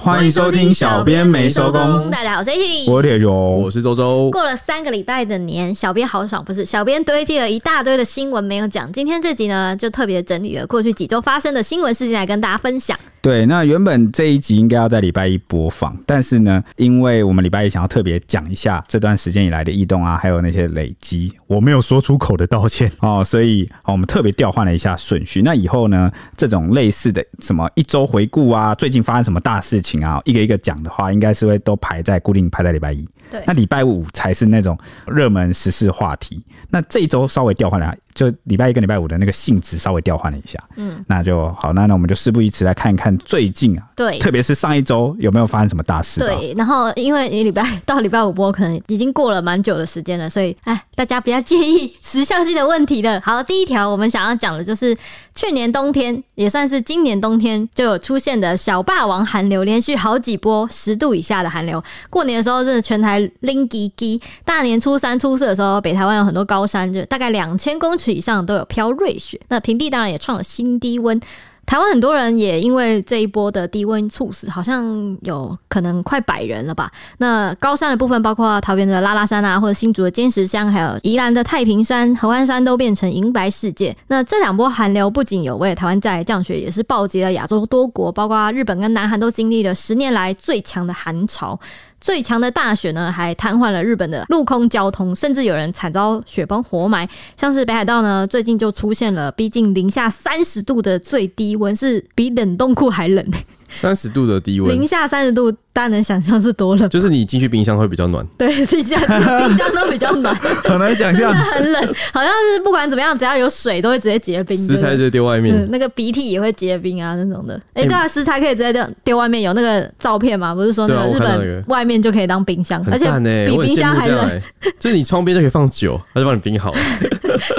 欢迎收听小编没收工大家好，我是 H。我得我荣，是周周，过了三个礼拜的年，小编好爽，不是？小编堆积了一大堆的新闻没有讲，今天这集呢就特别整理了过去几周发生的新闻事件来跟大家分享。对，那原本这一集应该要在礼拜一播放，但是呢，因为我们礼拜一想要特别讲一下这段时间以来的异动啊，还有那些累积，我没有说出口的道歉 哦，所以哦，我们特别调换了一下顺序。那以后呢，这种类似的什么一周回顾啊，最近发生什么大事情啊，一个一个讲的话，应该是会都排在固定排在礼拜一。对那礼拜五才是那种热门时事话题。那这一周稍微调换了一下，就礼拜一跟礼拜五的那个性质稍微调换了一下。嗯，那就好，那那我们就事不宜迟，来看一看最近啊，对特别是上一周有没有发生什么大事吧？对，然后因为你礼拜到礼拜五播，可能已经过了蛮久的时间了，所以哎，大家不要介意时效性的 问题了。好，第一条我们想要讲的就是去年冬天，也算是今年冬天就有出现的小霸王寒流，连续好几波十度以下的寒流。过年的时候真的全台拎叽叽，大年初三、初四的时候，北台湾有很多高山，就大概两千公尺以上都有飘瑞雪，那平地当然也创了新低温。台湾很多人也因为这一波的低温猝死，好像有可能快百人了吧？那高山的部分，包括桃园的拉拉山啊，或者新竹的尖石乡，还有宜兰的太平山、合欢山，都变成银白世界。那这两波寒流不仅有为台湾带来降雪，也是暴击了亚洲多国，包括日本跟南韩都经历了十年来最强的寒潮。最强的大雪呢，还瘫痪了日本的陆空交通，甚至有人惨遭雪崩活埋。像是北海道呢，最近就出现了逼近零下三十度的最低温，是比冷冻库还冷、三十度的低温零，下三十度，大家能想象是多冷？ 就是你进去冰箱会比较暖。对，零下冰箱都比较暖， 很难想 象。很 冷，好像是不管怎么样，只要有水都会直接结冰。食对不材直对接丢外嗯面，，那个鼻涕也会结冰啊，那种的。哎、哎对啊，食材可以直接丢丢外面，有那个照片嘛？不是说那对啊个我日看到本那个外面就可以当冰箱，而很且赞呢、比我很冰羡箱慕还这样冷。欸，就是你窗边就可以放酒，它就帮你冰 好了。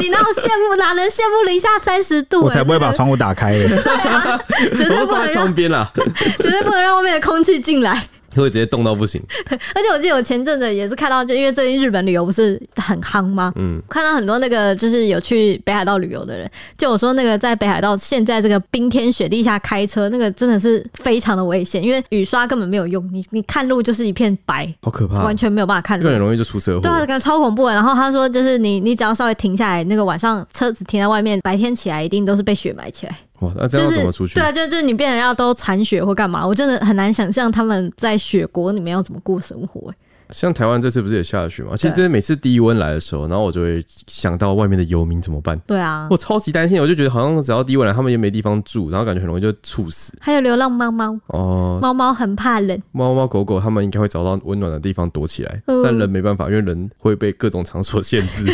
你哪有羡慕？哪能羡慕零下三十度、我哎才不会把那个窗户打开嘞！绝我对会不放能让在窗边啦， 绝对不能让外面的空气进来。会直接冻到不行。 而且我记得我前阵子也是看到，就因为最近日本旅游不是很夯吗？嗯，看到很多那个就是有去北海道旅游的人，就有说那个在北海道现在这个冰天雪地下开车，那个真的是非常的危险，因为雨刷根本没有用，你你看路就是一片白，好可怕，完全没有办法看这路个。很容易就出车对啊，祸。感觉超恐怖的。然后他说，就是你，你只要稍微停下来，那个晚上车子停在外面，白天起来一定都是被雪埋起来。哇，那这就样是要怎么出去？对啊，就就是你变得要都铲雪或干嘛，我真的很难想象他们在雪国里面要怎么过生活、欸像台湾这次不是也下雪吗？其实每次低温来的时候，然后我就会想到外面的游民怎么办。对啊，我超级担心，我就觉得好像只要低温来，他们也没地方住，然后感觉很容易就猝死。还有流浪猫猫，哦，猫猫很怕 冷。猫猫狗狗它们应该会找到温暖的地方躲起来，嗯但人没办法，因为人会被各种场所限 制。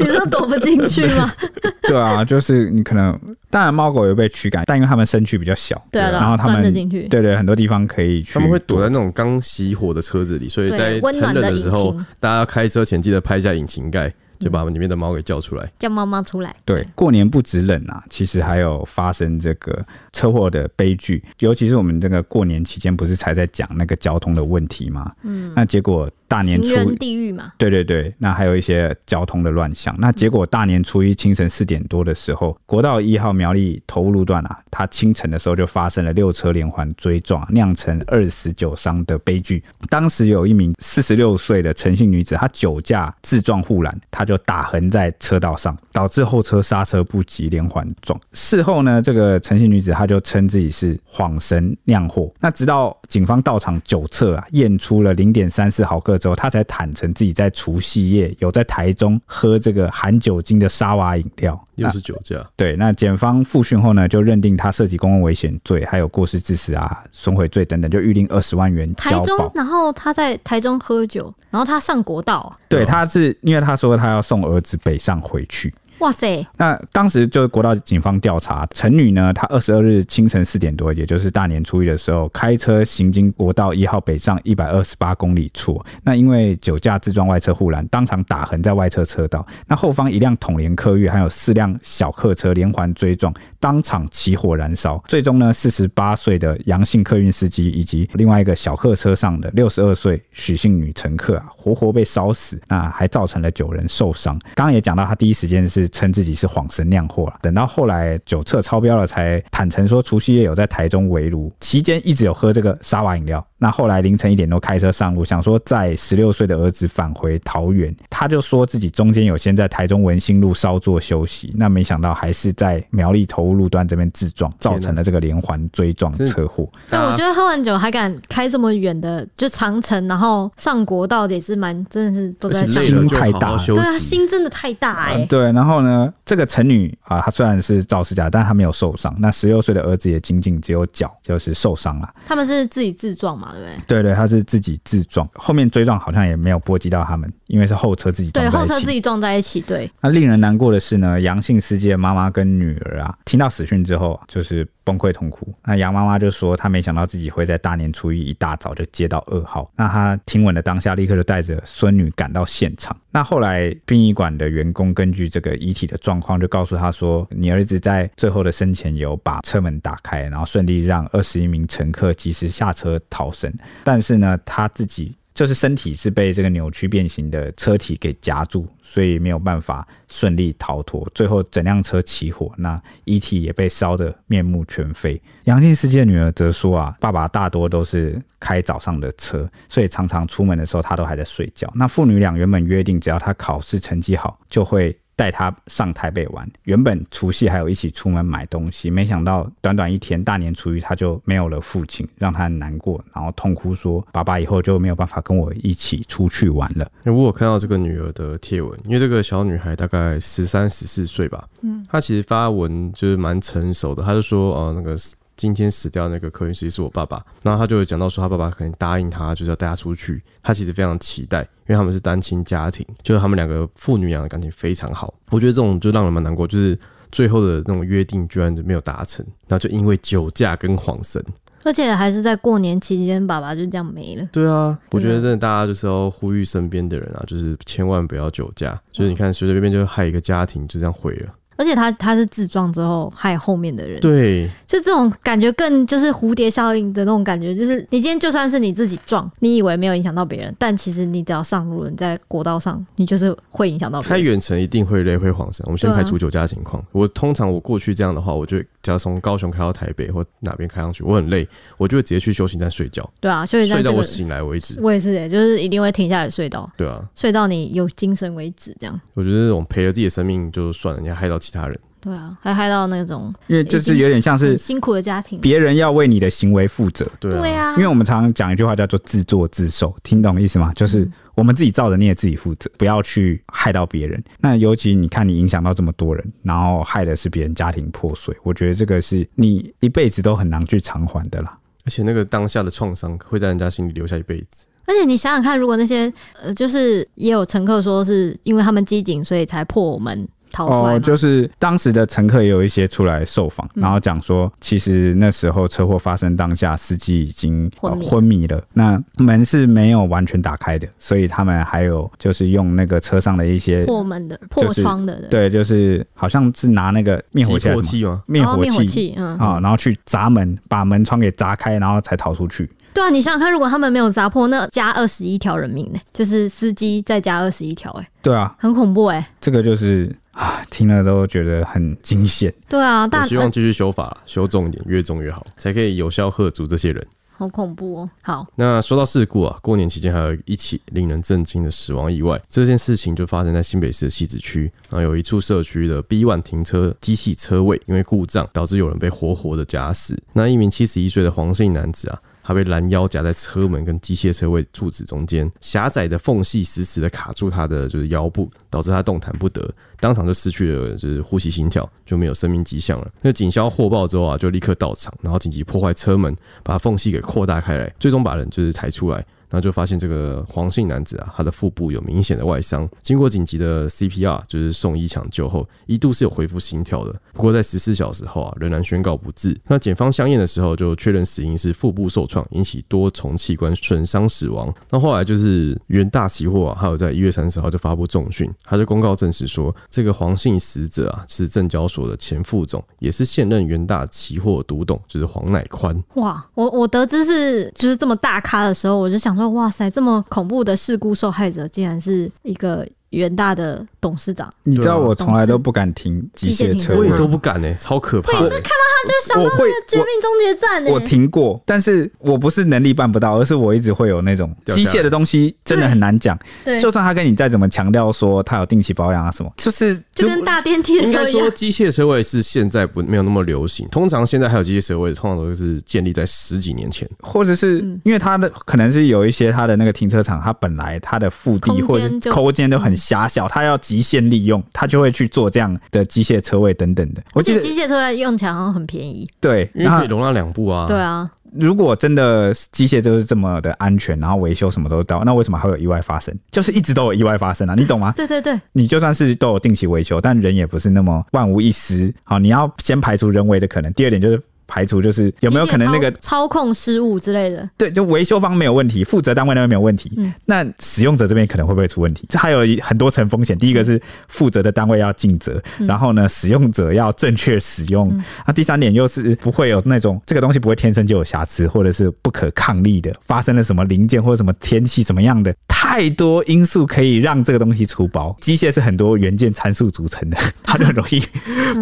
你说躲不进去吗？ 对啊，就是你可能，当然猫狗也被驱赶，但因为它们身躯比较小，对啊，然后它钻们得进去。对对，很多地方可以去，他们会躲在那种刚熄火的车子里，所以对在温很暖冷的的引时候擎，嗯大家开车前记得拍一下引擎盖，就把里面的猫给叫出来。叫猫猫出来。对，过年不止冷啊，其实还有发生这个车祸的悲剧，尤其是我们这个过年期间，不是才在讲那个交通的问题吗？嗯，那结果大年初行人地狱嘛，对对对，那还有一些交通的乱象。那结果大年初一清晨四点多的时候，国道一号苗栗头路段啊，它清晨的时候就发生了六车连环追撞，酿成二十九伤的悲剧。当时有一名四十六岁的陈姓女子，她酒驾自撞护栏，她就打横在车道上，导致后车刹车不及，连环撞。事后呢，这个陈姓女子她就称自己是晃神酿祸。那直到警方到场酒测啊，验出了零点三四毫克之后，她才坦诚自己在除夕夜有在台中喝这个含酒精的沙瓦饮料。又是酒驾，对，那检方复讯后呢，就认定她涉及公共危险罪，还有过失致死啊、损毁罪等等，就预定二十万元台交中保，。然后他在台中喝酒，然后他上国道啊、对，她是因为她说她要送儿子北上回去，哇塞，那当时就是国道警方调查，陈女呢，她二十二日清晨四点多，也就是大年初一的时候，开车行经国道一号北上一百二十八公里处。那因为酒驾自撞外侧护栏，当场打横在外侧车道。那后方一辆统联客运还有四辆小客车连环追撞，当场起火燃烧。最终呢，四十八岁的杨姓客运司机以及另外一个小客车上的六十二岁许姓女乘客啊，活活被烧死。那还造成了九人受伤。刚刚也讲到，他第一时间是是称自己是谎神酿货了。等到后来酒测超标了，才坦诚说除夕夜有在台中围炉，期间一直有喝这个沙瓦饮料。那后来凌晨一点多开车上路，想说载十六岁的儿子返回桃园，他就说自己中间有先在台中文兴路稍作休息，那没想到还是在苗栗头屋路段这边自撞，造成了这个连环追撞车祸。但我大觉家得喝完酒还敢开这么远的，就长城，然后上国道也是蛮，真的是都而在且上累心了国。就太好大了好休对啊，息。心真的太大哎、嗯，对，然后呢，这个陈女啊，她虽然是肇事驾，但她没有受伤。那十六岁的儿子也仅仅只有脚就是受伤了。他们是自己自撞嘛，对不对？对对，她是自己自撞，后面追撞好像也没有波及到他们，因为是后车自己撞对，在后一车起自。己撞在一起，对，那令人难过的是呢，杨姓司机的妈妈跟女儿啊，听到死讯之后啊就是崩溃痛哭。那杨妈妈就说，她没想到自己会在大年初一一大早就接到噩耗。那她听闻的当下，立刻就带着孙女赶到现场。那后来殡仪馆的员工根据这个遗体的状况，就告诉她说，你儿子在最后的生前有把车门打开，然后顺利让二十一名乘客及时下车逃生。但是呢，他自己就是身体是被这个扭曲变形的车体给夹住，所以没有办法顺利逃脱。最后整辆车起火，那遗体也被烧得面目全非。杨姓司机的女儿则说啊，爸爸大多都是开早上的车，所以常常出门的时候他都还在睡觉。那父女俩原本约定，只要他考试成绩好，就会。带他上台北玩，原本除夕还有一起出门买东西，没想到短短一天大年初一他就没有了父亲，让他很难过，然后痛哭说：“爸爸以后就没有办法跟我一起出去玩了。因为我有看到这个女儿的贴文，因为这个小女孩大概十三、十四岁吧，她其实发文就是蛮成熟的，她就说，呃，那个今天死掉那个客运司机是我爸爸，然后她就有讲到说，她爸爸可能答应她就是要带她出去，她其实非常期待，因为他们是单亲家庭，就是他们两个父女俩的感情非常好，我觉得这种就让人蛮难过，就是最后的那种约定居然就没有达成，然后就因为酒驾跟晃神，而且还是在过年期间，爸爸就这样没了。对啊，我觉真的得真的大家就是要呼吁身边的人啊，就是千万不要酒驾。就是你看随随便便就害一个家庭就这样毁了。而且他他是自撞之后害后面的人，对，就这种感觉更就是蝴蝶效应的那种感觉，就是你今天就算是你自己撞，你以为没有影响到别人，但其实你只要上路，你在国道上，你就是会影响到别开人。远程一定会累会晃神。我们先对啊排除酒驾情况。我通常我过去这样的话，我就只要从高雄开到台北或哪边开上去，我很累，我就会直接去休息站睡觉，对啊，所以在睡这到个我醒来为止。我也是、欸，就是一定会停下来睡到对啊，睡到你有精神为止，这样。我觉得这种赔了自己的生命就算了，你还害到其他人。对啊，还害到那种”因为就是有点像很是辛苦的家庭。别人要为你的行为负责，对啊，对啊因，为我们常常讲一句话叫做“自作自受”，听懂意思吗？就是我们自己造的孽自己负责，不要去害到别人。那尤其你看，你影响到这么多人，然后害的是别人家庭破碎，我觉得这个是你一辈子都很难去偿还的啦。而且那个当下的创伤会在人家心里留下一辈子。而且你想想看，如果那些呃，就是也有乘客说是因为他们机警，所以才破门逃出来嘛、哦，就是当时的乘客也有一些出来受访，然后讲说，其实那时候车祸发生当下，司机已经呃昏迷昏迷了，那门是没有完全打开的，所以他们还有就是用那个车上的一些。破门的、就破是窗的人，对，就是好像是拿那个灭火器击还破是什么器吗？灭然后火灭火器器，嗯，啊、然后去砸门，把门窗给砸开，然后才逃出去。对啊，你想想看，如果他们没有砸破，那加二十一条人命呢、就是司机再加二十一条，哎，对啊，很恐怖哎、这个就是啊，听了都觉得很惊险。对啊，我大希望继续修法，修重一点，越重越好，才可以有效吓足这些人。好恐怖哦、好，那说到事故啊，过年期间还有一起令人震惊的死亡意外，这件事情就发生在新北市的西子区，然后有一处社区的 B one 停车机器车位因为故障，导致有人被活活的夹死。那一名七十一岁的黄姓男子啊。他被拦腰夹在车门跟机械车位柱子中间，狭窄的缝隙死死的卡住他的就是腰部，导致他动弹不得，当场就失去了就是呼吸心跳，就没有生命迹象了。那警消获报之后啊，就立刻到场，然后紧急破坏车门，把缝隙给扩大开来，最终把人就是抬出来。然后就发现这个黄姓男子啊，他的腹部有明显的外伤，经过紧急的 CPR，就是送医抢救后，一度是有恢复心跳的，不过在十四小时后啊，仍然宣告不治。那检方相验的时候就确认死因是腹部受创，引起多重器官损伤死亡。那后来就是元大期货啊，还有在一月三十号就发布重讯，他就公告证实说，这个黄姓死者啊是证交所的前副总，也是现任元大期货独董，就是黄乃宽。哇，我我得知是就是这么大咖的时候，我就想说，哇塞，这么恐怖的事故受害者竟然是一个元大的董事长，你知道我从来都不敢停机械车对我位也，都不敢哎、超可怕的、他就想我到会绝命终结站呢、我我停过，但是我不是能力办不到，而是我一直会有那种掉机下来械的东西真的很难讲。对，就算他跟你再怎么强调说他有定期保养啊什么，就是就跟大电梯的应时候该一说，样，机械车位是现在不没有那么流行。通常现在还有机械车位，通常都是建立在十几年前。或者是嗯因为它的可能是有一些它的那个停车场，它本来它的腹地空间或者是就嗯空间都很狭小，它要极限利用，它就会去做这样的机械车位等等的。我而记且得机械车用起来好像很便宜。对，因为然可后以容纳两部嗯啊。对，啊，如果真的机械就是这么的安全，然后维修什么都到，那为什么还会有意外发生？就是一直都有意外发生啊，你 懂吗？对对对，你就算是都有定期维修，但人也不是那么万无一失。好，你要先排除人为的可能。第二点就是排除就是有没有可能那个机械操操控失误之类的？对，就维修方没有问题，负责单位那边没有问题，嗯那使用者这边可能会不会出问题？这还有一很多层风险。第一个是负责的单位要尽责，然后呢，使用者要正确使用。那第三点又是不会有那种这个东西不会天生就有瑕疵，或者是不可抗力的，发生了什么零件或者什么天气什么样的，太多因素可以让这个东西出包。机械是很多元件参数组成的， 它就很容易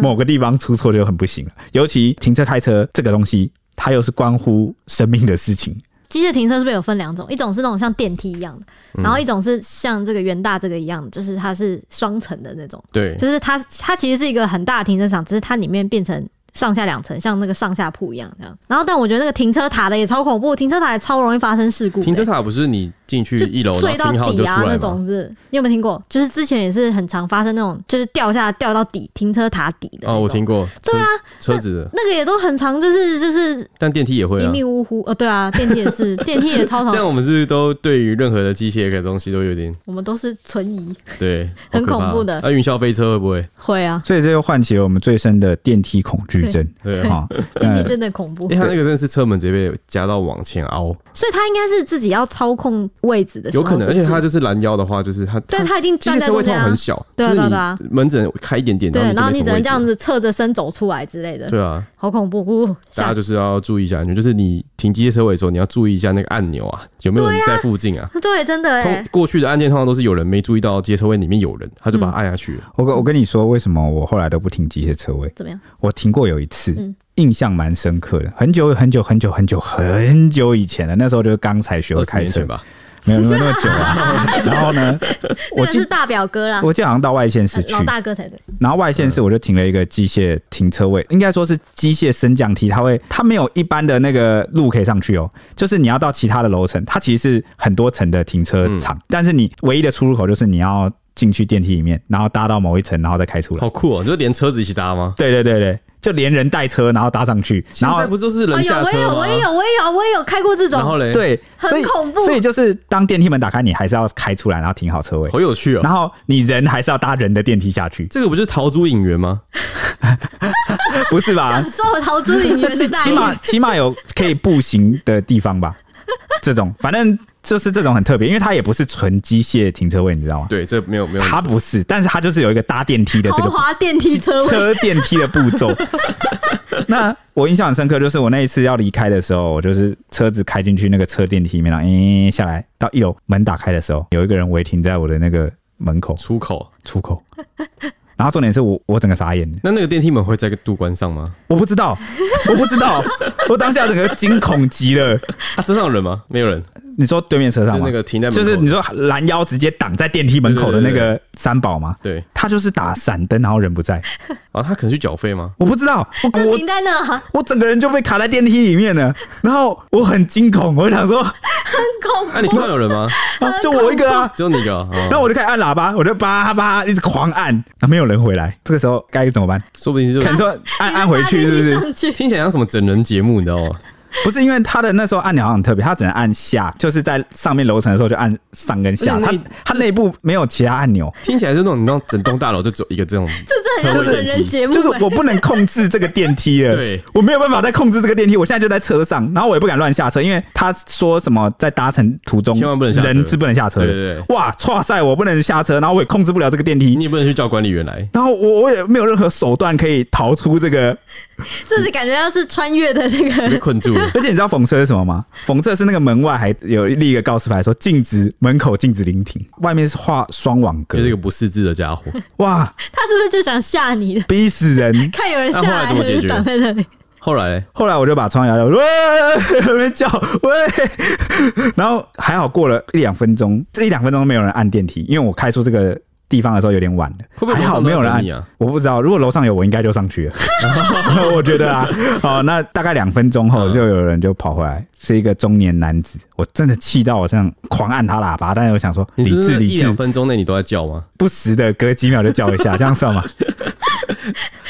某个地方出错就很不行了。尤其停车开车这个东西。它又是关乎生命的事情，机械停车是不是有分两种？一种是那种像电梯一样的，嗯然后一种是像这个元大这个一样的，就是它是双层的那种，对，就是它它其实是一个很大的停车场，只是它里面变成。上下两层，像那个上下铺一样这样。然后，但我觉得那个停车塔的也超恐怖，停车塔也超容易发生事故的欸。停车塔不是你进去就一楼然坠后到停好你就底出啊来那吗？哦种是，你有没有听过？就是之前也是很常发生那种，就是掉下掉到底停车塔底的那哦，我种听过。对啊车，车子的，那个也都很常，就是就是但电梯也会一啊。命呜呼。呃，对啊，电梯也 是，电梯也超这样常，我们是不是都对于任何的机械的东西都有点我们都是存疑。对， 很好可怕啊恐怖的那云霄飞车会不会？会啊，所以这就唤起了我们最深的电梯恐惧症。对啊，哈，电梯呃真的恐怖因为，它那个真的是车门直接被夹到往前凹，所以他应该是自己要操控位置的时有候，可能，而且是不它是就是拦腰的话，就是它对它他一定机站械在车中位通间常啊很，小，对啊就是对啊你门诊开一点点，对，然然后后你你就只没能这什么样位置。子侧着身走出来之类的，对啊，好恐怖，呜呜大吓家就是要注意一下安全，就是你停机械车位的时候，你要注意一下那个按钮啊，有没有人在附近啊？对，真的通哎，过去的案件通常都是有人没注意到机械车位里面有人，嗯他就把它按下去了。我跟我跟你说，为什么我后来都不停机械车位？怎么样？我停过有一次，嗯印象蛮深刻的，很久很久很久很久很久以前了，那时候就是刚才学会二十开年车前，吧，哦没有没有那么久啊。 然后呢，那我个记是大表哥啦，呃我记得好像到外县市去，老大哥才对，然后外线是我就停了一个机械停车位，应该说是机械升降梯，它会它没有一般的那个路可以上去哦，就是你要到其他的楼层，它其实是很多层的停车嗯场，但是你唯一的出入口就是你要进去电梯里面，然后搭到某一层，然后再开出来。好酷哦！你就连车子一起搭吗？对对对对，就连人带车然后搭上去，然现在后不就是哦，人有下我也车有，吗我？也有，我也有，我也有开过这种，然后嘞，，对，很所以恐怖所以就是当电梯门打开，你还是要开出来，然后停好车位。好有趣哦。然后你人还是要搭人的电梯下去，这个不就是逃出影 员吗？不是 吧？啊享受逃出影院的 待起码遇。起码有可以步行的地方 吧？这种反正就是这种很特别，因为它也不是纯机械停车位，你知道吗？对，这没有没有，它不是，但是它就是有一个搭电梯的这豪个 华电梯车位，车电梯的步 骤。那我印象很深刻，就是我那一次要离开的时候，我就是车子开进去那个车电梯里面，然后嗯下来到一楼门打开的时候，有一个人违停在我的那个门口出口。出 口。然后重点是我我整个傻眼，那那个电梯门会在个杜关上吗？我不知道，我不知道，我当下整个惊恐极了。啊，车上有人吗？没有人，你说对面车就上是吗那？个停在门就口是的你说拦腰直接挡在电梯门口的那对对个三宝吗？对他就是打闪灯，然后人不在，啊，他可能去缴费吗？我不知道，我就我停在那啊，我整个人就被卡在电梯里面了，然后我很惊恐，我想说，啊很啊，你车上有人吗？就我一个啊，只有你一个啊，哦 然后我就开始按喇叭，我就叭叭一直狂按，啊，没有人回来，这个时候该怎么办？说不定就可能说按按回去是不是？上去，听起来像什么整人节目，哦你知道吗？不是因为他的那时候按钮好像很特别，他只能按下，就是在上面楼层的时候就按上跟下，而且他那他内部没有其他按钮，听起来是那种你知道整栋大楼就只有一个这种这真很像车位成人等级。节目、就是欸我不能控制这个电梯了，对，我没有办法再控制这个电梯，我现在就在车上，然后我也不敢乱下车，因为他说什么在搭乘途中，千万不能下车人是不能下车的。对对哇，哇塞，我不能下车，然后我也控制不了这个电梯你，也不能去叫管理员来。然后我我也没有任何手段可以逃出这个。这是感觉像是穿越的那被个，困住了 ，而且你知道讽刺是什么吗？讽刺是那个门外还有立一个告示牌说禁止门口禁止临停，外面是画双网格就，是一个不识字的家伙。哇，他是不是就想吓你的？逼死人！看有人下那后来来怎么解决就挡在那里，后来后来我就把窗摇摇，喂， 在那边叫喂， 然后还好过了一两分钟，这一两分钟都没有人按电梯，因为我开出这个地方的时候有点晚了，会不会还楼好上没都有人有按你啊？我不知道，如果楼上有我，应该就上去了， 我觉得啊， 好，那大概两分钟后嗯就有人就跑回来，是一个中年男子，我真的气到我这样狂按他喇叭，但是我想说你理是不智是理一两智，分钟内你都在叫吗？不时的隔几秒就叫一下，这样 算吗？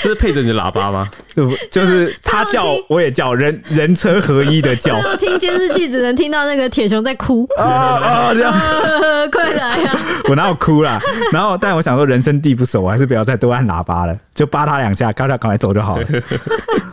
这是配着你的喇叭吗？就就是他这叫种听我也叫，人人车合一的叫 最。后听监视器只能听到那个铁熊在哭，啊啊！ 这样 呃快来啊！我哪有哭啦？然后，但我想说，人生地不熟，我还是不要再多按喇叭了，就扒他两下，告诉他赶快走就好了。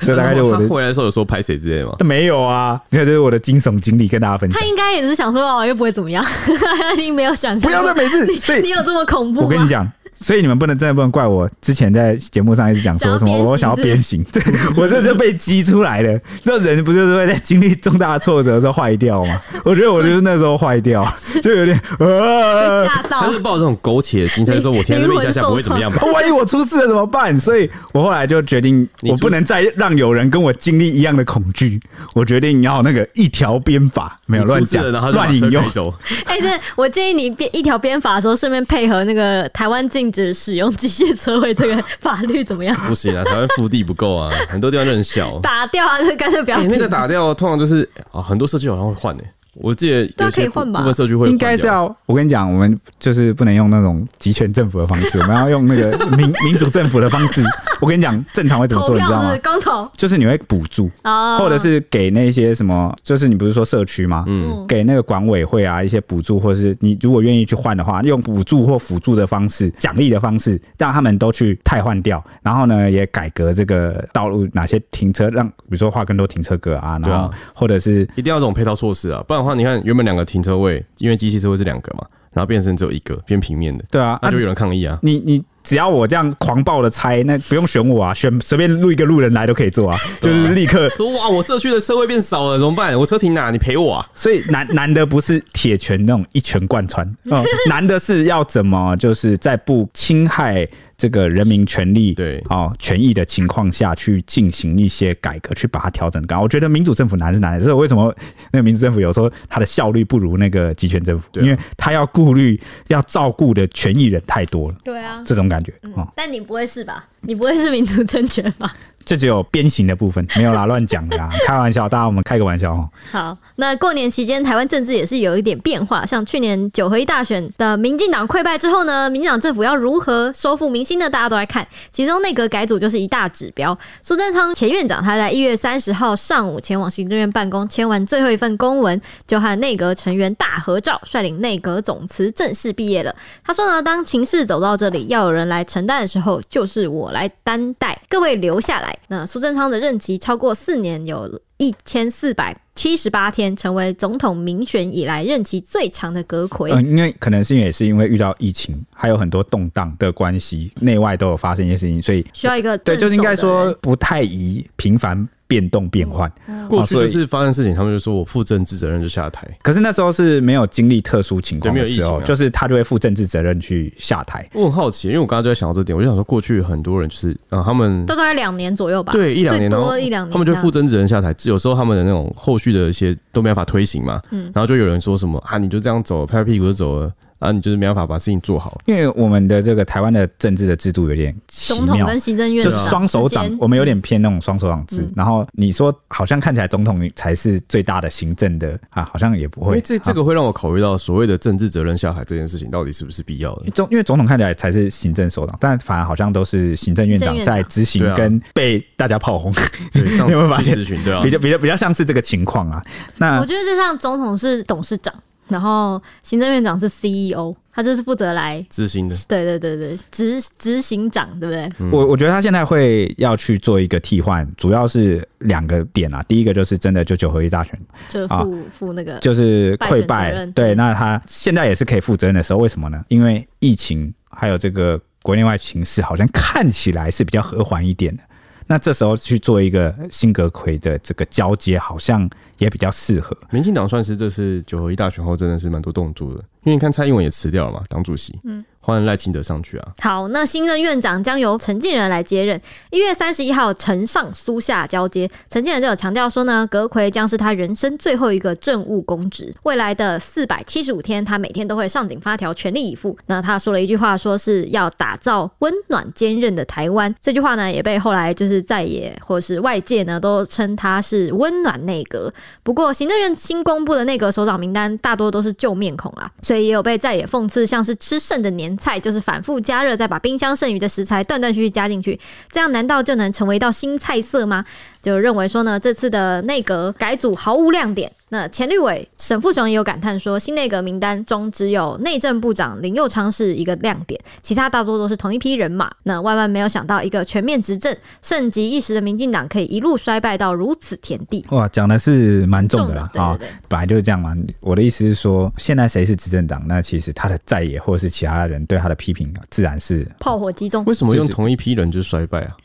这大概就我他的回来的时候有说拍谁之类的吗？没有啊，这就是我的惊悚经历，跟大家分享他。应该也是想说哦，又不会怎么样， 他一定没有想象不要再每次，所你以有这么恐怖吗？我跟你讲。所以你们不能真的不能怪我，之前在节目上一直讲说什么我想想要要鞭鞭刑，这我这就被激出来了。那人不就是会在经历重大挫折的时候坏掉吗？我觉得我就是那时候坏掉，就有点呃被吓到他是，抱着这种苟且的心态说：“灵我天，这边一下下灵魂受不会怎么样吧啊 万一我出事了怎么办？所以我后来就决定，你我出事不能再让有人跟我经历一样的恐惧。我决定要那个一条鞭法，？”没有你出乱事讲了然后，他就把乱引车用开。走。 哎、那我建议你编一条编法的时候，顺便配合那个台湾禁止使用机械车位这个法律怎么样？ 不行啊，台湾腹地不够啊，很多地方都很小。打掉啊，就干脆不要哎停。那个打掉通常就是啊，很多社区好像会换诶。我记得对有啊可些以部换吧部分社区会换掉应该是要，我跟你讲，我们就是不能用那种集权政府的方式，我们要用那个民 民主政府的方式。我跟你讲，正常会怎么投做，你票知道是不吗是？公投就是你会补助，啊，或者是给那些什么，就是你不是说社区吗？嗯给那个管委会啊一些补助，或是你如果愿意去换的话，用补助或辅助的方式、奖励的方式，让他们都去汰换掉。然后呢，也改革这个道路哪些停车，让比如说画更多停车格啊，对然啊后或者是一定要有这种配套措施啊，不然的话，你看原本两个停车位，因为机器车位是两个嘛，然后变成只有一个，变平面的，对啊，那啊就有人抗议啊。你你只要我这样狂暴的拆，那不用选我啊，选随便录一个路人来都可以做啊，就是立刻。说哇，我社区的车位变少了，怎么办？我车停哪？你赔我啊！所以难难的不是铁拳那种一拳贯穿，哦，难的是要怎么就是在不侵害这个人民权利对哦权益的情况下去进行一些改革，去把它调整高。我觉得民主政府难是难的，所以为什么那个民主政府有时候它的效率不如那个集权政府，对啊因为它要顾虑要照顾的权益人太多了，对啊。这种感觉哦，但你不会是吧？你不会是民主政权吧？这只有鞭刑的部分，没有啦，乱讲的啦， 开玩笑，大家我们开个玩笑哦。好，那过年期间台湾政治也是有一点变化，像去年九合一大选的民进党溃败之后呢，民进党政府要如何收复民心呢？大家都来看，其中内阁改组就是一大指标。苏贞昌前院长他在一月三十号上午前往行政院办公，签完最后一份公文，就和内阁成员大合照，率领内阁总辞正式毕业了。他说呢，当情势走到这里，要有人来承担的时候，就是我来担待，各位留下来。那苏贞昌的任期超过四年，有一千四百七十八天，成为总统民选以来任期最长的阁魁。嗯、因为可能是因为也是因为遇到疫情，还有很多动荡的关系，内外都有发生一些事情，所以需要一个对，就是应该镇守的说人不太宜频繁变动变换。嗯过去哦所就以是发生事情，他们就说我负政治责任就下台。可是那时候是没有经历特殊情况对没的有疫时候，情啊就是他就会负政治责任去下台。我很好奇，因为我刚刚就在想到这点，我就想说，过去很多人就是啊、呃他们都大概两年左右吧，对一两年，最然后多一两年这样，他们就负政治责任下台，有时候他们的那种后续的一些都没办法推行嘛，嗯然后就有人说什么啊，你就这样走，拍拍屁股就走了。啊，你就是没办法把事情做好，因为我们的这个台湾的政治的制度有点奇总统妙，跟行政院就长是双手掌之，间我们有点偏那种双手掌制。嗯然后你说好像看起来总统才是最大的行政的啊，好像也不因会啊为这这个会让我考虑到所谓的政治责任下海这件事情到底是不是必要的。总因为总统看起来才是行政首长，但反而好像都是行政院长行政院长在执行对啊跟被大家炮轰， 对，啊上你有没有发次现去咨询对啊比，较比较比较像是这个情况啊。那我觉得就像总统是董事长，然后行政院长是 CEO，他就是负责来。执行嗯的对对对对，执执行长对不对？嗯我我觉得他现在会要去做一个替换，主要是两个点啊。第一个就是真的就九合一大选，就是啊负负那个，就是溃败选责败任。对，嗯那他现在也是可以负责任的时候，为什么呢？因为疫情还有这个国内外形势，好像看起来是比较和缓一点的。那这时候去做一个辛格奎的这个交接，好像也比较适合。民进党算是这次九合一大选后真的是蛮多动作的，因为你看蔡英文也辞掉了嘛，党主席，嗯，换赖清德上去啊，好，那新任院长将由陈进仁来接任。一月三十一号，陈上苏下交接。陈进仁就有强调说呢，葛奎将是他人生最后一个政务公职，未来的四百七十五天，他每天都会上紧发条，全力以赴。那他说了一句话，说是要打造温暖坚韧的台湾。这句话呢，也被后来就是在野或是外界呢都称他是温暖内阁。不过，行政院新公布的内阁首长名单大多都是旧面孔啦，所以也有被在野讽刺，像是吃剩的年菜，就是反复加热，再把冰箱剩余的食材断断续续加进去，这样难道就能成为一道新菜色吗？就认为说呢，这次的内阁改组毫无亮点。那前绿委沈富雄也有感叹说，新内阁名单中只有内政部长林佑昌是一个亮点，其他大多都是同一批人马。那万万没有想到，一个全面执政、盛极一时的民进党，可以一路衰败到如此田地。哇，讲的是蛮重的啦对啊、对对。本来就是这样嘛。我的意思是说，现在谁是执政党，那其实他的在野或是其他人对他的批评，自然是炮火击中。为什么用就是同一批人就衰败啊？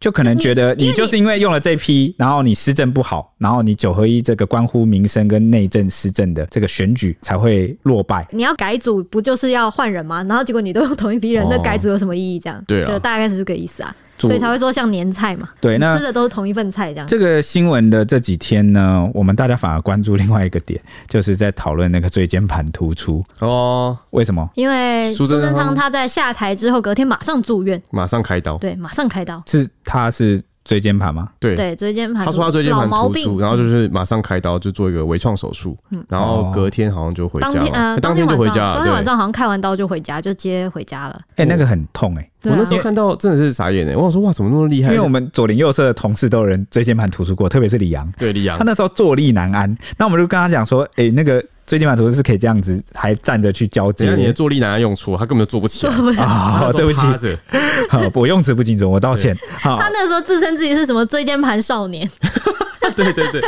就可能觉得你因你为就是因为用了这批，然后你施政不好，然后你九合一这个关乎民生跟内政施政的这个选举才会落败。你要改组不就是要换人吗？然后结果你都用同一批人，哦那改组有什么意义？这样对啊就大概是这个意思啊，所以才会说像年菜嘛，对，那吃的都是啊同一份菜这样。这个新闻的这几天呢，我们大家反而关注另外一个点，就是在讨论那个椎间盘突出，哦，为什么？因为苏苏贞昌贞昌他在下台之后，隔天马上住院，马上开刀，对，马上开刀，是他是椎间盘吗？对。对，椎间盘，他说他椎间啊老盘毛突病嗯出，，然后就是马上开刀，就做一个微创手术，然哦后隔天好像就回家当天了，呃哎当天就晚回上，家当天晚了。上好像开完刀就回家，就接回家了。哎、那个很痛哎、对，对我啊那时候看到真的是傻眼哎，我想说哇，怎么那么厉害？因为我们左邻右舍的同事都有人椎间盘突出过，特别是李阳，对李阳他，那时候坐立难安。那我们就跟他讲说，哎、那个椎间盘突出是可以这样子，还站着去交只接要。你的坐立难用错，他根本就坐不起来。啊、 他那时候对不起，趴着 好，我用词不精准，我道歉。好， 他那时候自称自己是什么椎间盘少年，对对 对，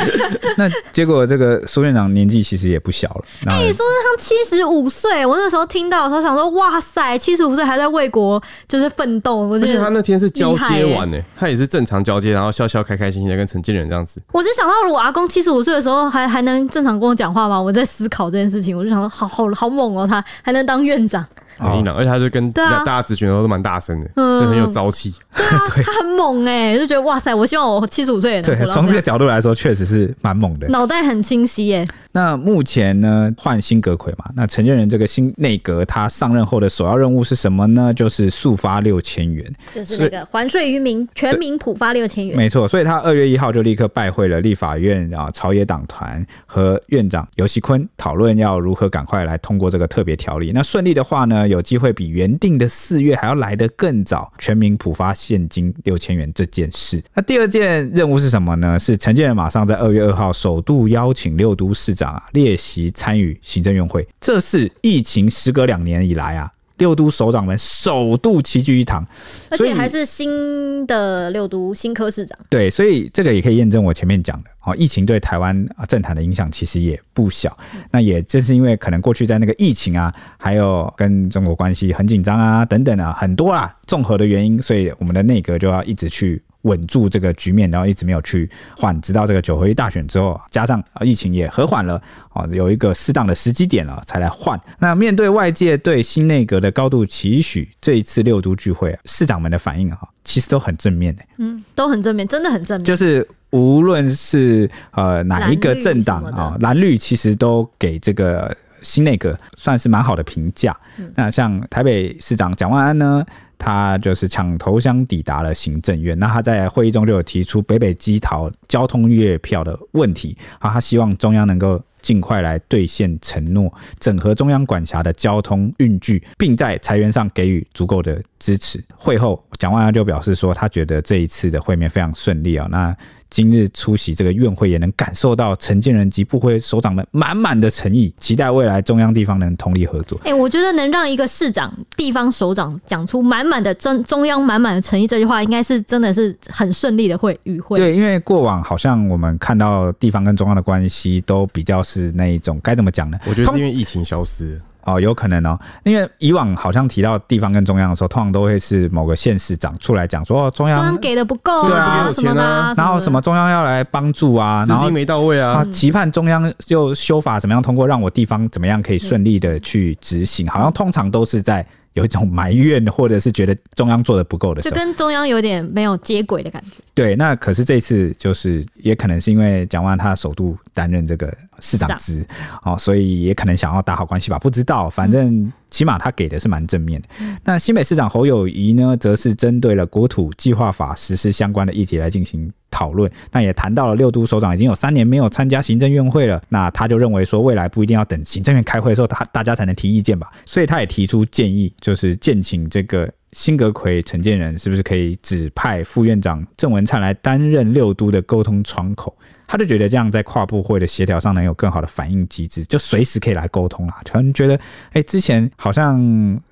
那结果这个苏院长年纪其实也不 小了，然后哎、苏贞昌七十五岁，我那时候听到的时候想说，哇塞，七十五岁还在为国就是奋斗，我而觉且他得。那天是交接欸完呢、他也是正常交接，然后笑笑开开心心的跟陈建仁这样子。我就想到，如果阿公七十五岁的时候还还能正常跟我讲话吗？我在思考这件事情，我就想说，好好好猛哦、他还能当院长，哦很硬朗，而且他就跟对啊大家咨询的时候都蛮大声的，嗯就很有朝气。他很猛哎、就觉得哇塞，我希望我七十五岁也能对活，到从这这个样，角度来说，确实是蛮猛的。脑袋很清晰耶、那目前呢，换新阁魁嘛，那陈建仁这个新内阁，他上任后的首要任务是什么呢？就是速发六千元，就是那个还税于民，全民普发六千元。没错。所以他二月一号就立刻拜会了立法院啊朝野党团和院长尤熙坤，讨论要如何赶快来通过这个特别条例。那顺利的话呢，有机会比原定的四月还要来得更早，全民普发现金六千元这件事。那第二件任务是什么呢？是陈建仁马上在二月二号首度邀请六都市长啊列席参与行政院会，这是疫情时隔两年以来啊。六都首长们首度齐聚一堂，而所以且还是新的六都新科市长，对，所以这个也可以验证我前面讲的，哦，疫情对台湾啊政坛的影响其实也不小。那也正是因为可能过去在那个疫情啊，还有跟中国关系很紧张啊等等啊，很多啊综合的原因，所以我们的内阁就要一直去。稳住这个局面，然后一直没有去换，直到这个九合一大选之后，加上啊疫情也和缓了，啊，有一个适当的时机点了才来换。那面对外界对新内阁的高度期许，这一次六都聚会啊，市长们的反应啊，其实都很正面的、嗯，都很正面，真的很正面。就是无论是呃哪一个蓝绿政党什么的啊，蓝绿其实都给这个新内阁算是蛮好的评价。嗯那像台北市长蒋万安呢，他就是抢头香抵达了行政院。那他在会议中就有提出北北基桃交通月票的问题啊，他希望中央能够。尽快来兑现承诺，整合中央管辖的交通运具，并在裁员上给予足够的支持。会后，蒋万安就表示说，他觉得这一次的会面非常顺利啊、那今日出席这个院会，也能感受到陈建仁及部会首长们满满的诚意，期待未来中央地方能通力合作。哎、我觉得能让一个市长、地方首长讲出满满的中中央满满的诚意这句话，应该是真的是很顺利的会与会。对，因为过往好像我们看到地方跟中央的关系都比较是那一种该怎么讲呢？我觉得通是因为疫情消失，哦，有可能哦，因为以往好像提到地方跟中央的时候，通常都会是某个县市长出来讲说、哦、中中央央，给的不够对啊啊，什么的、啊，然后什么中央要来帮助啊，资然后金没到位啊啊，，期盼中央就修法怎么样通过，让我地方怎么样可以顺利的去执行，好像通常都是在有一种埋怨或者是觉得中央做的不够的就时候。跟中央有点没有接轨的感 觉。对，那可是这次就是也可能是因为蒋万他首度担任这个市长职哦，所以也可能想要打好关系吧，不知道，反正起码他给的是蛮正面的。那新北市长侯友谊呢，则是针对了国土计划法实施相关的议题来进行。讨论，那也谈到了六都首长已经有三年没有参加行政院会了，那他就认为说未来不一定要等行政院开会的时候，他大家才能提意见吧，所以他也提出建议，就是建请这个辛格奎陈建仁是不是可以指派副院长郑文灿来担任六都的沟通窗口？他就觉得这样在跨部会的协调上能有更好的反应机制，就随时可以来沟通啦。可能觉得，哎、之前好像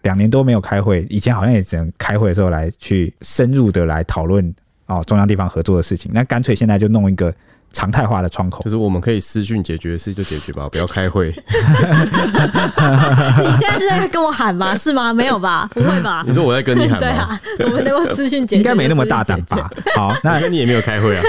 两年多没有开会，以前好像也只能开会的时候来去深入的来讨论哦中央地方合作的事情，那干脆现在就弄一个常态化的窗口就。是我们可以私讯解决的事就解决吧，不要开会。你现在是在跟我喊吗？是吗？没 有吧？不会吧 你？说我在跟你 喊对吗？啊，我们能够私讯解决，应该没那么大胆吧？好，那我跟你也没有开 会啊，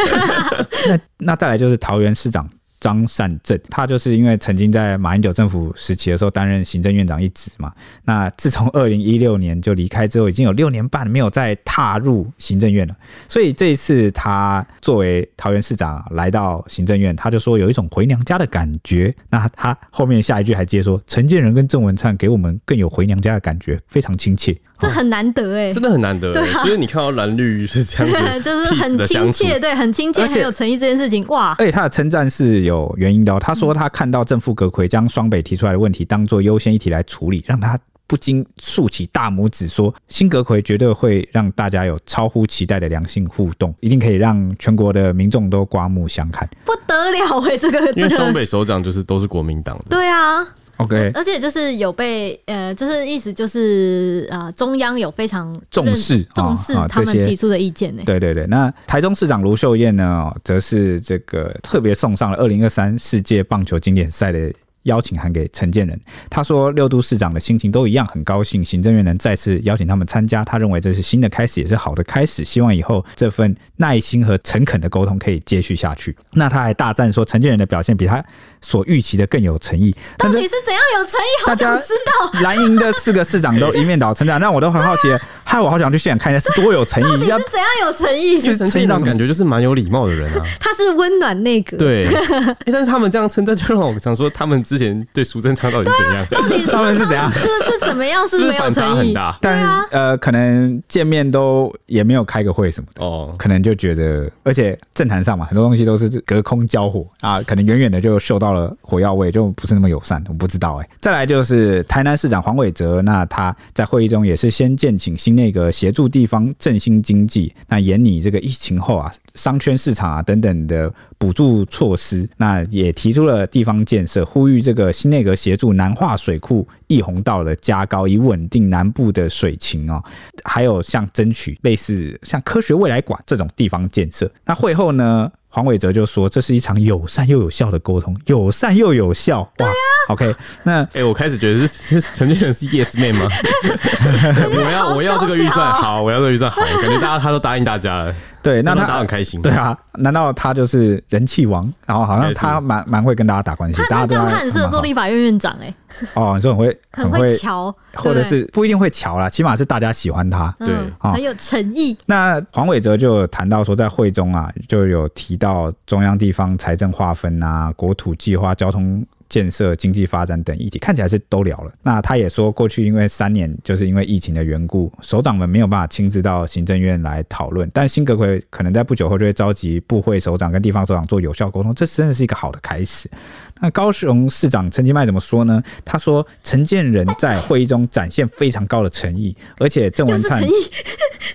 那那再来就是桃园市长张善政，他就是因为曾经在马英九政府时期的时候担任行政院长一职嘛。那自从二零一六年就离开之后，已经有六年半没有再踏入行政院了。所以这一次他作为桃园市长来到行政院，他就说有一种回娘家的感觉。那他后面下一句还接说，陈建仁跟郑文灿给我们更有回娘家的感觉，非常亲切。哦这很难得哎、 真的很难得、欸对啊就是你看到蓝绿是这样子， 就是很 peace 的亲相处切，对，很亲切，而且很有诚意这件事情，哇，而且他的称赞是有原因的哦。他说他看到正副阁魁将双北提出来的问题当做优先议题来处理，让他不禁竖起大拇指说，新阁魁绝对会让大家有超乎期待的良性互动，一定可以让全国的民众都刮目相看。不得了哎、这个这因为双个，北首长就是都是国民党的，对啊， OK，而且就是有被呃，就是意思就是呃，中央有非常重视认重视啊啊他这们些提出的意见呢、欸对对对，那台中市长卢秀燕呢，哦则是这个特别送上了二零二三世界棒球经典赛的。邀请函给陈建仁，他说六都市长的心情都一样，很高兴行政院能再次邀请他们参加，他认为这是新的开始，也是好的开始，希望以后这份耐心和诚恳的沟通可以接续下去。那他还大赞说陈建仁的表现比他所预期的更有诚意，到但是底是怎样有诚意？好大家想知道，蓝营的四个市长都一面倒 称赞，让我都很好奇了，害我好想去现场看一下是多有诚意，要是怎样有诚意？其实陈建仁感觉就是蛮有礼貌的人 啊。他是温暖内阁，对、欸但是他们这样称赞，就让我想说，他们之前对苏贞昌到底是怎样？到底是他们是怎样是 是怎么样？是不没是有反差诚很意？大但、呃，可能见面都也没有开个会什么的，哦。可能就觉得，而且政坛上嘛，很多东西都是隔空交火啊，可能远远的就嗅到了火药味，就不是那么友善，我不知道哎、再来就是台南市长黄伟哲，那他在会议中也是先建请新内阁协助地方振兴经济，那研拟这个疫情后啊，商圈市场啊等等的补助措施，那也提出了地方建设，呼吁这个新内阁协助南化水库一红道的加高，以稳定南部的水情哦。还有像争取类似像科学未来馆这种地方建设。那会后呢，黄伟哲就说这是一场友善又有效的沟通，友善又有效。啊哇、o k 那哎、我开始觉得是 陈建仁是 yes man 吗？我要我要这个预算，好，我要这个预算，好，感觉大家他都答应大家了，对，那让大家他很。开心。对啊，难道他就是人气王？然后好像他蛮蛮会跟大家打关系，大家他那都这样在他很适合做立法院院长哎、哦，你说很会很很会会，瞧，或者是不一定会瞧啦，起码是大家喜欢他。对不对对嗯哦很有诚意，那黄伟哲就有谈到说，在会中啊，就有提到中央地方财政划分啊、国土计划、交通建设、经济发展等议题，看起来是都聊了。那他也说，过去因为三年就是因为疫情的缘故，首长们没有办法亲自到行政院来讨论，但新阁魁可能在不久后就会召集部会首长跟地方首长做有效沟通，这真的是一个好的开始。那高雄市长陈其迈怎么说呢？他说陈建仁在会议中展现非常高的诚意，而且郑就文是灿诚意，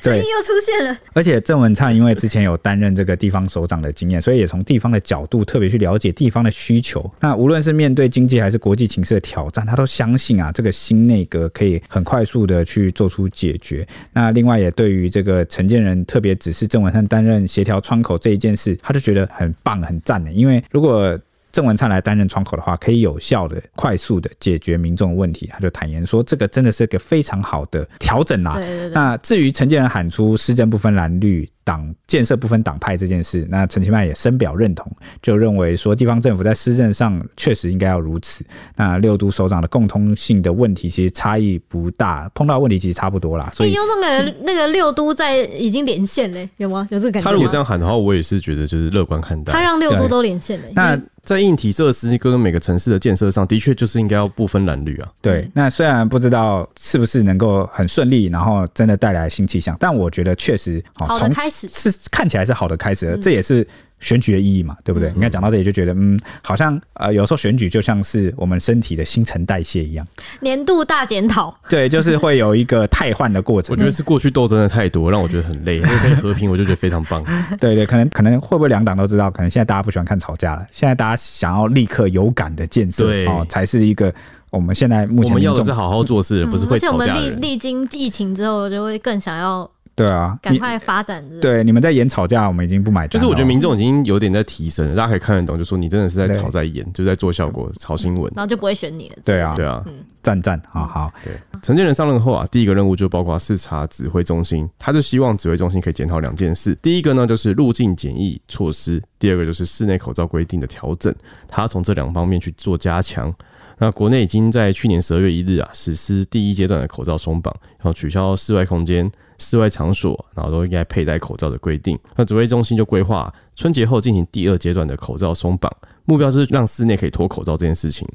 诚对意， 又出现了。而且郑文灿因为之前有担任这个地方首长的经验，所以也从地方的角度特别去了解地方的需求。那无论是面对经济还是国际情势的挑战，他都相信啊，这个新内阁可以很快速的去做出解决。那另外也对于这个陈建仁特别指示郑文灿担任协调窗口这一件事，他就觉得很棒很赞的，因为如果郑文灿来担任窗口的话，可以有效的、快速的解决民众的问题。他就坦言说，这个真的是个非常好的调整啦、对对啊对，那至于陈建仁喊出施政不分蓝绿党建设不分党派这件事，那陈其迈也深表认同，就认为说地方政府在施政上确实应该要如此。那六都首长的共通性的问题其实差异不大，碰到的问题其实差不多啦，所以有种感觉，那个六都在已经连线嘞，有吗？有这个感觉吗？他如果这样喊的话，我也是觉得就是乐观看他待。让六都都连线嘞。那在硬体设施跟每个城市的建设上，的确就是应该要不分蓝绿啊。对，那虽然不知道是不是能够很顺利，然后真的带来新气象，但我觉得确实，哦好的从开始是看起来是好的开始嗯了，这也是选举的意义嘛，对不对？你看讲到这里就觉得，嗯，好像呃，有时候选举就像是我们身体的新陈代谢一样，年度大检讨，对，就是会有一个汰换的过程。 我觉得是过去斗争的太多，让我觉得 很累。如果可以和平，我就觉得非常棒。对对，可能可能会不会两党都知道，可能现在大家不喜欢看吵架了，现在大家想要立刻有感的建设对哦，才是一个我们现在目我前们民要的众是好好做事，不是嗯而会且我吵们架的历人。历经疫情之后，就会更想要对啊，赶你快发展这种。对你们在演吵架，我们已经不买就单了哦。是我觉得民众已经有点在提升了，大家可以看得懂，就说你真的是在对吵在演，就在做效果、炒新闻。然后就不会选你了。对啊对啊，赞赞啊好。对。陈建仁上任后啊，第一个任务就包括视察指挥中心，他就希望指挥中心可以检讨两件事，第一个呢就是入境检疫措施，第二个就是室内口罩规定的调整，他从这两方面去做加强。那国内已经在去年十二月一日啊实施第一阶段的口罩松绑，然后取消室外空间、室外场所，然后都应该佩戴口罩的规定。那指挥中心就规划春节后进行第二阶段的口罩松绑，目标是让室内可以脱口罩这件事情。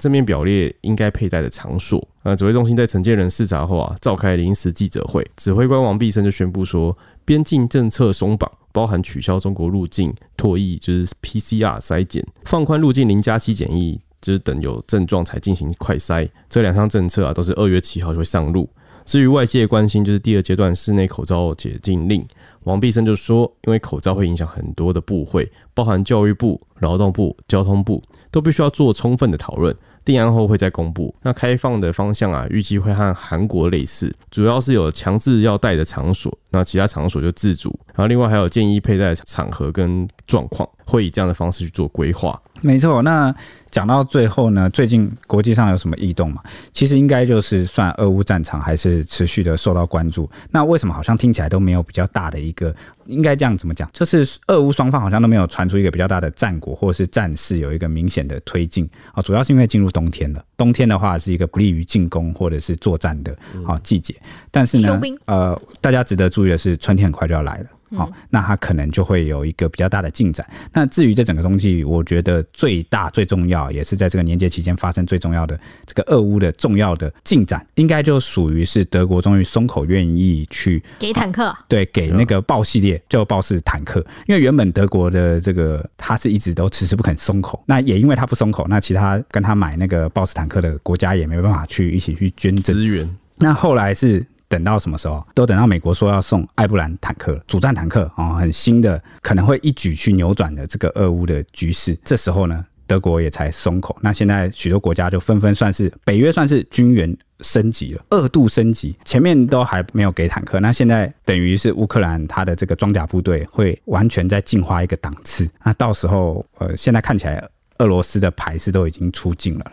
正面表列应该佩戴的场所。呃，指挥中心在承建人视察后啊，召开临时记者会，指挥官王必胜就宣布说，边境政策松绑，包含取消中国入境、唾液就是 PCR 筛检，放宽入境零加七检疫，就是等有症状才进行快筛。这两项政策啊，都是二月七号就会上路。至于外界关心，就是第二阶段室内口罩解禁令，王必胜就说，因为口罩会影响很多的部会，包含教育部、劳动部、交通部，都必须要做充分的讨论。定案后会再公布。那开放的方向啊，预计会和韩国类似，主要是有强制要戴的场所，那其他场所就自主。然后另外还有建议佩戴的场合跟状况，会以这样的方式去做规划。没错，那讲到最后呢，最近国际上有什么异动嘛？其实应该就是算俄乌战场还是持续的受到关注。那为什么好像听起来都没有比较大的一个？应该这样怎么讲？就是俄乌双方好像都没有传出一个比较大的战果或者是战事有一个明显的推进啊、主要是因为进入冬天了。冬天的话是一个不利于进攻或者是作战的啊、季节，但是休呢兵，嗯呃，大家值得注意的是，春天很快就要来了。好、那它可能就会有一个比较大的进展。那至于这整个东西，我觉得最大最重要，也是在这个年节期间发生最重要的这个俄乌的重要的进展，应该就属于是德国终于松口愿意去给坦克啊，对给那个豹系列就豹式坦克，因为原本德国的这个它是一直都迟迟不肯松口，那也因为它不松口，那其他跟他买那个豹式坦克的国家也没办法去一起去捐赠。资源那后来是等到什么时候？都等到美国说要送艾布兰坦克、主战坦克啊、哦，很新的，可能会一举去扭转的这个俄乌的局势。这时候呢，德国也才松口。那现在许多国家就纷纷算是北约算是军援。升级了，二度升级，前面都还没有给坦克，那现在等于是乌克兰它的这个装甲部队会完全在进化一个档次。那到时候，呃，现在看起来俄罗斯的牌是都已经出尽了啦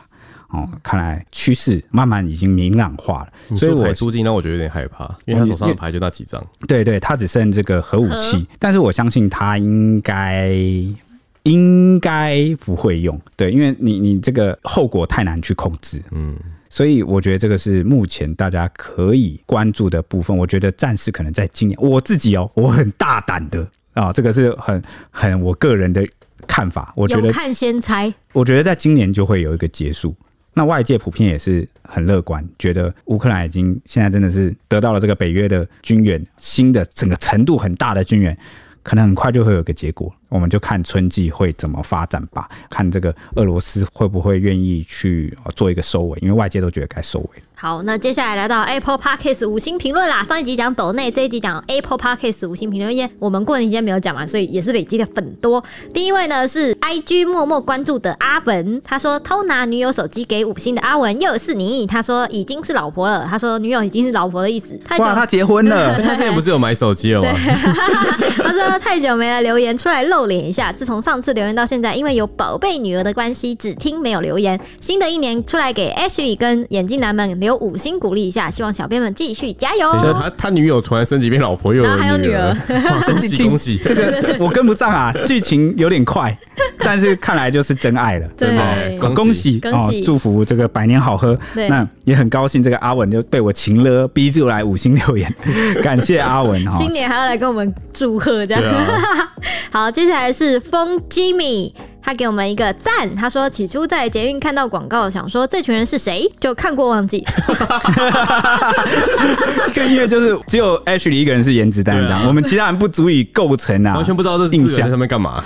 哦，看来趋势慢慢已经明朗化了，所以我牌出镜让我觉得有点害怕，因为他手上的牌就那几 张，对对，它只剩这个核武器核，但是我相信它应该应该不会用，对，因为你你这个后果太难去控制，嗯，！所以我觉得这个是目前大家可以关注的部分。我觉得战事可能在今年，我自己哦，我很大胆的啊、这个是很很我个人的看法，我觉有得看先猜，我觉得在今年就会有一个结束。那外界普遍也是很乐观，觉得乌克兰已经现在真的是得到了这个北约的军援，新的整个程度很大的军援，可能很快就会有个结果。我们就看春季会怎么发展吧，看这个俄罗斯会不会愿意去呃做一个收尾，因为外界都觉得该收尾了。好，那接下来来到 Apple Podcast 五星评论啦。上一集讲抖内，这一集讲 Apple Podcast 五星评论，因为我们过年期间没有讲完，所以也是累积的很多。第一位呢是 IG 默默关注的阿文，他说偷拿女友手机给五星的阿文又是你，他说已经是老婆了，他说女友已经是老婆的意思。 太久哇，他结婚了他之前不是有买手机了吗？他说太久没来留言，出来露脸一下。自从上次留言到现在，因为有宝贝女儿的关系，只听没有留言。新的一年出来给 Ashley 跟眼镜男们留五星鼓励一下，希望小编们继续加油等。一下，他他女友突然升级变老婆，又然后还有有女儿儿， 哇恭喜恭喜！这个 我跟不上啊，剧情有点快，但是看来就是真爱了。 对的哦恭喜恭喜哦！祝福这个百年好喝。对那也很高兴，这个阿文就被我情了，逼出来五星留 言，感谢阿文哦哈。新年还要来跟我们祝贺，这样。哦对啊 好，接下来是风 Jimmy，他给我们一个赞，他说起初在捷运看到广告，想说这群人是谁，就看过忘 记。这个音乐就是只有 Ashley 一个人是颜值担对当，啊我们其他人不足以构成啊，完全不知道这四印个人在象。上面干嘛。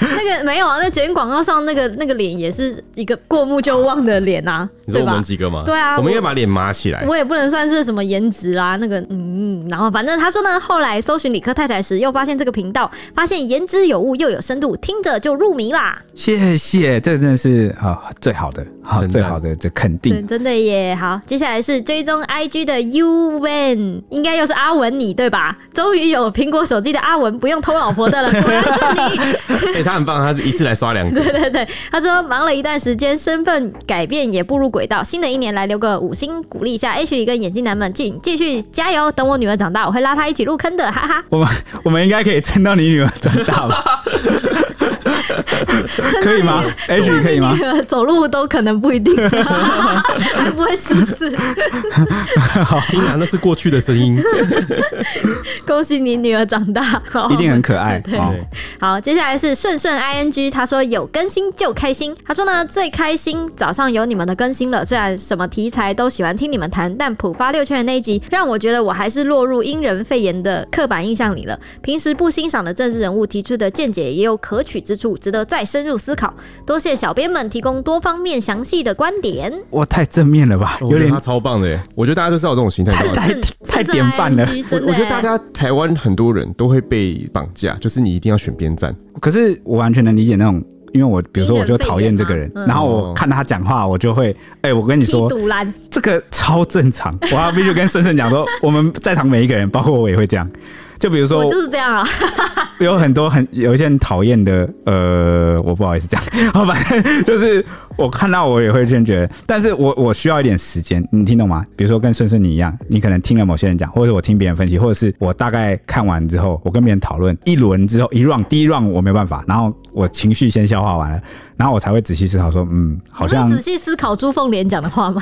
那个没有啊，那捷运广告上那个那个脸也是一个过目就忘的脸啊， 你说对我吧们？几个吗？对啊我们应该我把脸麻起来。我也不能算是什么颜值啊，那个嗯，然后反正他说呢，后来搜寻理科太太时，又发现这个频道，发现言之有物又有深度，听着就入迷啦。谢谢，这真的是啊最好的，好称赞最好的这肯对，定。嗯真的耶。好，接下来是追踪 IG 的 U Wen，应该又是阿文你对吧？终于有苹果手机的阿文不用偷老婆 的了，果然是你。 哎，他很棒，他是一次来刷两个。对对对，他说忙了一段时间，身份改变也步入轨道。新的一年来留个五星鼓励一下 H 里跟眼镜男们，继继续加油。等我女儿长大，我会拉她一起入坑的，哈哈。我们我们应该可以撑到你女儿长大 吧？可以吗？Ashley 可以吗 你？女儿走路都可能不一定， 还不会识字。 天啊，那是过去的声音。恭喜你女儿长大，好一定很可爱对啊！哦对好，接下来是顺顺 i n g，他说有更新就开心。他说呢，最开心早上有你们的更新了，虽然什么题材都喜欢听你们谈，但浦发六圈的那一集让我觉得我还是落入因人肺炎的刻板印象里了。平时不欣赏的政治人物提出的见解也有可取之处，值得再深入思考。多谢小编们提供多方面详细的观点。哇，太正面了吧，我有觉得点他超棒的耶，我觉得大家都是要有这种心态。你知道吗太顺太顺顺典范了 ING 我真的我觉得欸 大家台湾很多人都会被绑架，就是你一定要选边站。可是我完全能理解那种，因为我比如说我就讨厌这个人因人，肺炎吗嗯然后我看他讲话，我就会，哎、我跟你踢 说，独篮，这个超正常。我要必须跟深深讲说，我们在场每一个人，包括我也会这样。就比如说我， 就是这样啊，有很多很有一些很讨厌的，呃，我不好意思讲，好吧，反正就是我看到我也会先觉得，但是我我需要一点时间，你听懂吗？比如说跟顺顺你一样，你可能听了某些人讲，或者我听别人分析，或者是我大概看完之后，我跟别人讨论一轮之后，一 round 第一 round 我没办法，然后我情绪先消化完了，然后我才会仔细思考说，嗯， 好像你会仔细思考朱凤莲讲的话吗？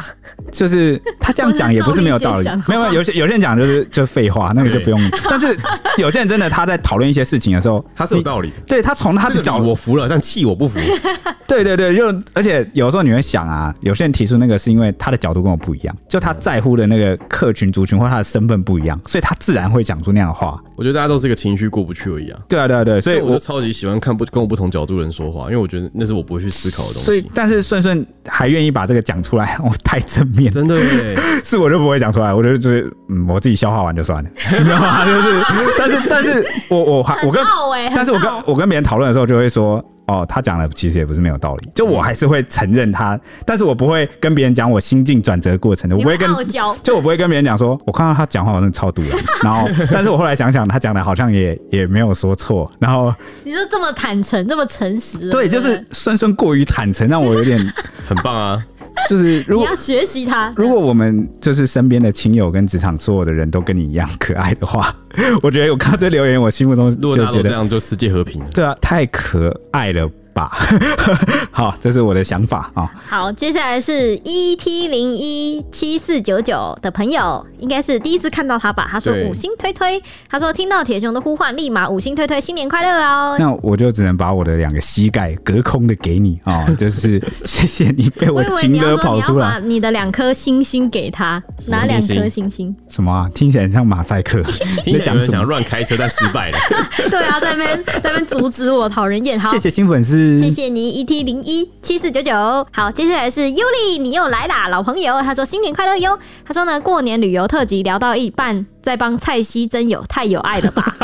就是他这样讲也不是没有道理我是照理解讲，没有没有有些有些人讲就是就废话，那个就不用。但是有些人真的他在讨论一些事情的时候，他是有你道理的。对他从他这的个角理我服了，但气我不服。 对对对，就而且有时候你会想啊，有些人提出那个是因为他的角度跟我不一样，就他在乎的那个客群族群或他的身份不一样，所以他自然会讲出那样的话。我觉得大家都是一个情绪过不去而已啊。对啊对啊对，所所以以我我就超级喜欢看不跟我不同角度的人说话，因为我觉得那是我不会去思考的东所以西。但是顺顺还愿意把这个讲出来，我 哦太正面了， 真的耶，是我就不会讲出来，我就就是嗯，我自己消化完就算了， 你知道吗？就是但是但是我我还我跟很傲哎、很但是我跟傲我跟别人讨论的时候，就会说，哦，他讲的其实也不是没有道理，就我还是会承认他，但是我不会跟别人讲我心境转折过程的，我你不会会跟，傲娇，就我不会跟别人讲说，我看到他讲话我真的超 毒的，然后，但是我后来想想，他讲的好像也也没有说错，然后，你就这么坦诚，这么诚实了，对，不就是酸酸过于坦诚，让我有点很 棒啊！就是 如你果要。学习他。如果我们就是身边的亲友跟职场所有的人都跟你一样可爱的话，我觉得我看到这留言，我心目中如果就大家觉都这得，样，就世界和平了。对啊，太可爱了吧。 好，这是我的想法啊、好，接下来是 E T 零一七四九九的朋友，应该是第一次看到他吧？他说对五星推推，他说听到铁熊的呼唤，立马五星推推，新年快乐哦！那我就只能把我的两个膝盖隔空的给你 啊、就是谢谢你被我 我以为情你要歌说跑你要出把来。你的两颗星星给他，么哪两星颗星星星？ 什么啊？听起来很像马赛克。你在听起来有讲人什想要么？乱开车但失 败了，对啊，在那边在那边阻止我，讨人厌。好，谢谢新粉丝，谢谢你，ET 零一七四九九。好，接下来是尤里，你又来啦，老朋友。他说新年快乐哟。他说呢，过年旅游特辑聊到一半，在帮蔡西真友，太有爱了吧？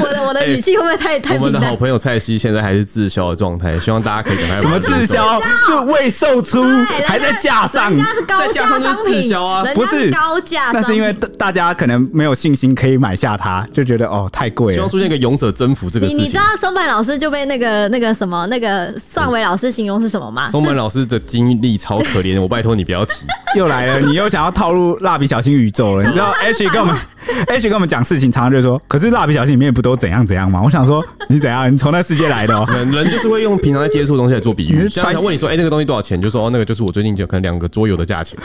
我的我的语气会不会太、太我平们的好淡？朋友蔡西现在还是滞销的状态，希望大家可以赶 快什么滞销？是未售出对，还在架上人。家是高再加价上商就是品，滞销啊人家不是高价商品，那是因为大大家可能没有信心可以买下它，就觉得哦太贵希了望。出现一个勇者征服这个你事你知情道。松柏老师就被那个那个什么那个尚伟老师形容是什么吗？松本老师的经历超可 怜，我拜托你不要提。又来了，你又想要套入蜡笔小新宇宙了。你知 道 H 跟我们 H 跟我们讲事情，常常就说，可是蜡笔小新里面不都怎样怎样吗？我想说，你怎样？你从那世界来的 哦。人人就是会用平常在接触的东西来做比你喻，是像穿他问你说，哎、那个东西多少钱？就说哦，那个就是我最近就可能两个桌游的价钱。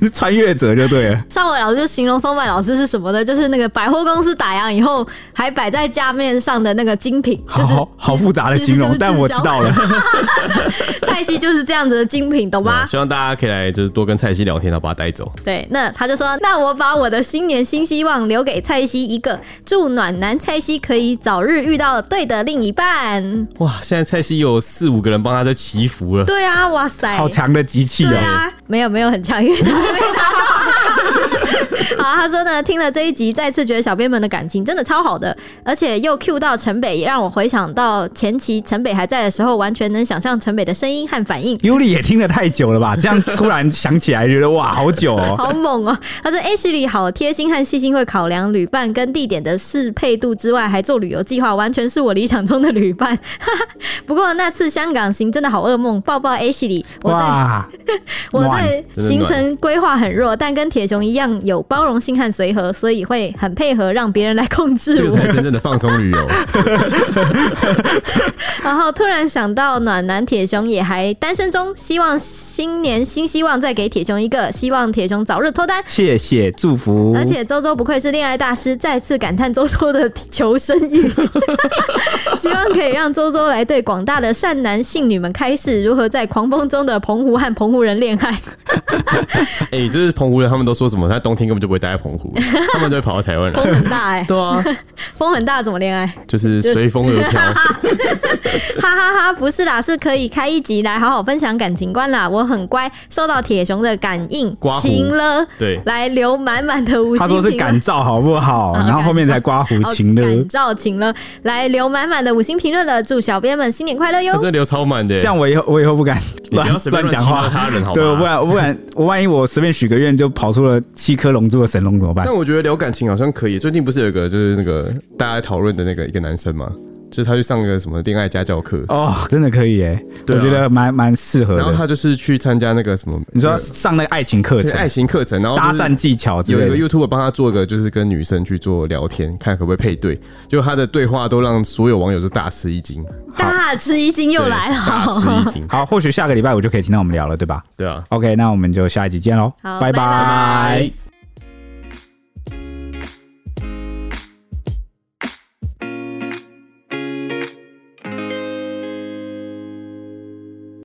你是穿越者就对了。尚伟老师就形容松柏老师是什么呢？就是那个百货公司打烊以后还摆在架面上的那个精品，好就是好好复杂的其实形容就，是但我滞知销道了。 蔡西就是这样子的精品，懂吗嗯？希望大家可以来就是多跟蔡西聊天，然后把他带走。对，那他就说，那我把我的新年新希望留给蔡西一个，祝暖男蔡西可以早日遇到对的另一半。哇，现在蔡西有四五个人帮他在祈福了。 对啊，哇塞，好强的机器对哦！啊，没有没有很强，因为他没拿到。 好，他说呢，听了这一集，再次觉得小编们的感情真的超好的，而且又 Q 到城北，也让我回想到前期城北还在的时候，完全能想象城北的声音和反应。尤里也听了太久了吧？这样突然想起来，觉得哇，好久哦。 好猛哦！他说 H 里好贴心和细心，会考量旅伴跟地点的适配度之外，还做旅游计划，完全是我理想中的旅伴。 不过那次香港行真的好噩梦，抱抱 H 里，我对哇，我暖对真的行暖程规划很弱，但跟铁熊一样有包容性和随和，所以会很配合，让别人来控这制个我。才真正的放松旅 游，然后突然想到暖男铁熊也还单身中，希望新年新希望再给铁熊一个，希望铁熊早日脱单。谢谢祝福。嗯而且周周不愧是恋爱大师，再次感叹周周的求生 欲，希望可以让周周来对广大的善男信女们开示如何在狂风中的澎湖和澎湖人恋 爱。哎、就是澎湖人，他们都说什么？他冬天根本就不会待在 澎湖，他们都会跑到台湾来。风很大哎、对啊，风很大怎么恋爱？就是随风而 飘。哈哈哈，不是啦，是可以开一集来好好分享感情观啦。我很乖，受到铁熊的感应刮，胡晴了，对来留满满的五星他说是评论感召好不好？啊然后后面才刮胡哦情的。感召晴了，来留满满的五星评论了，祝小编们新年快乐他哟！这流超满的，这样我以后我以后不敢你不乱要随便乱乱讲欺负话。他人，好吗？对，我不然我不然我万一我随便许个愿就跑出了七颗龙珠的神龙怎么办但？我觉得聊感情好像可以。最近不是有一个就是那个大家讨论的那个一个男生嘛，就是他去上个什么恋爱家教课，哦，真的可以耶，我对啊觉得蛮蛮适合然后的。他就是去参加那个什么，你说那个上那个爱情课对程、爱情课程，然后搭就是讪技巧之有一个类的， YouTube 帮他做个，就是跟女生去做聊天，看可不可以配对。就他的对话都让所有网友都大吃一惊，大吃一惊又对来了，大吃一惊。好，或许下个礼拜我就可以听到我们聊了，对吧对啊， ？OK，那我们就下一集见喽，好拜拜拜拜。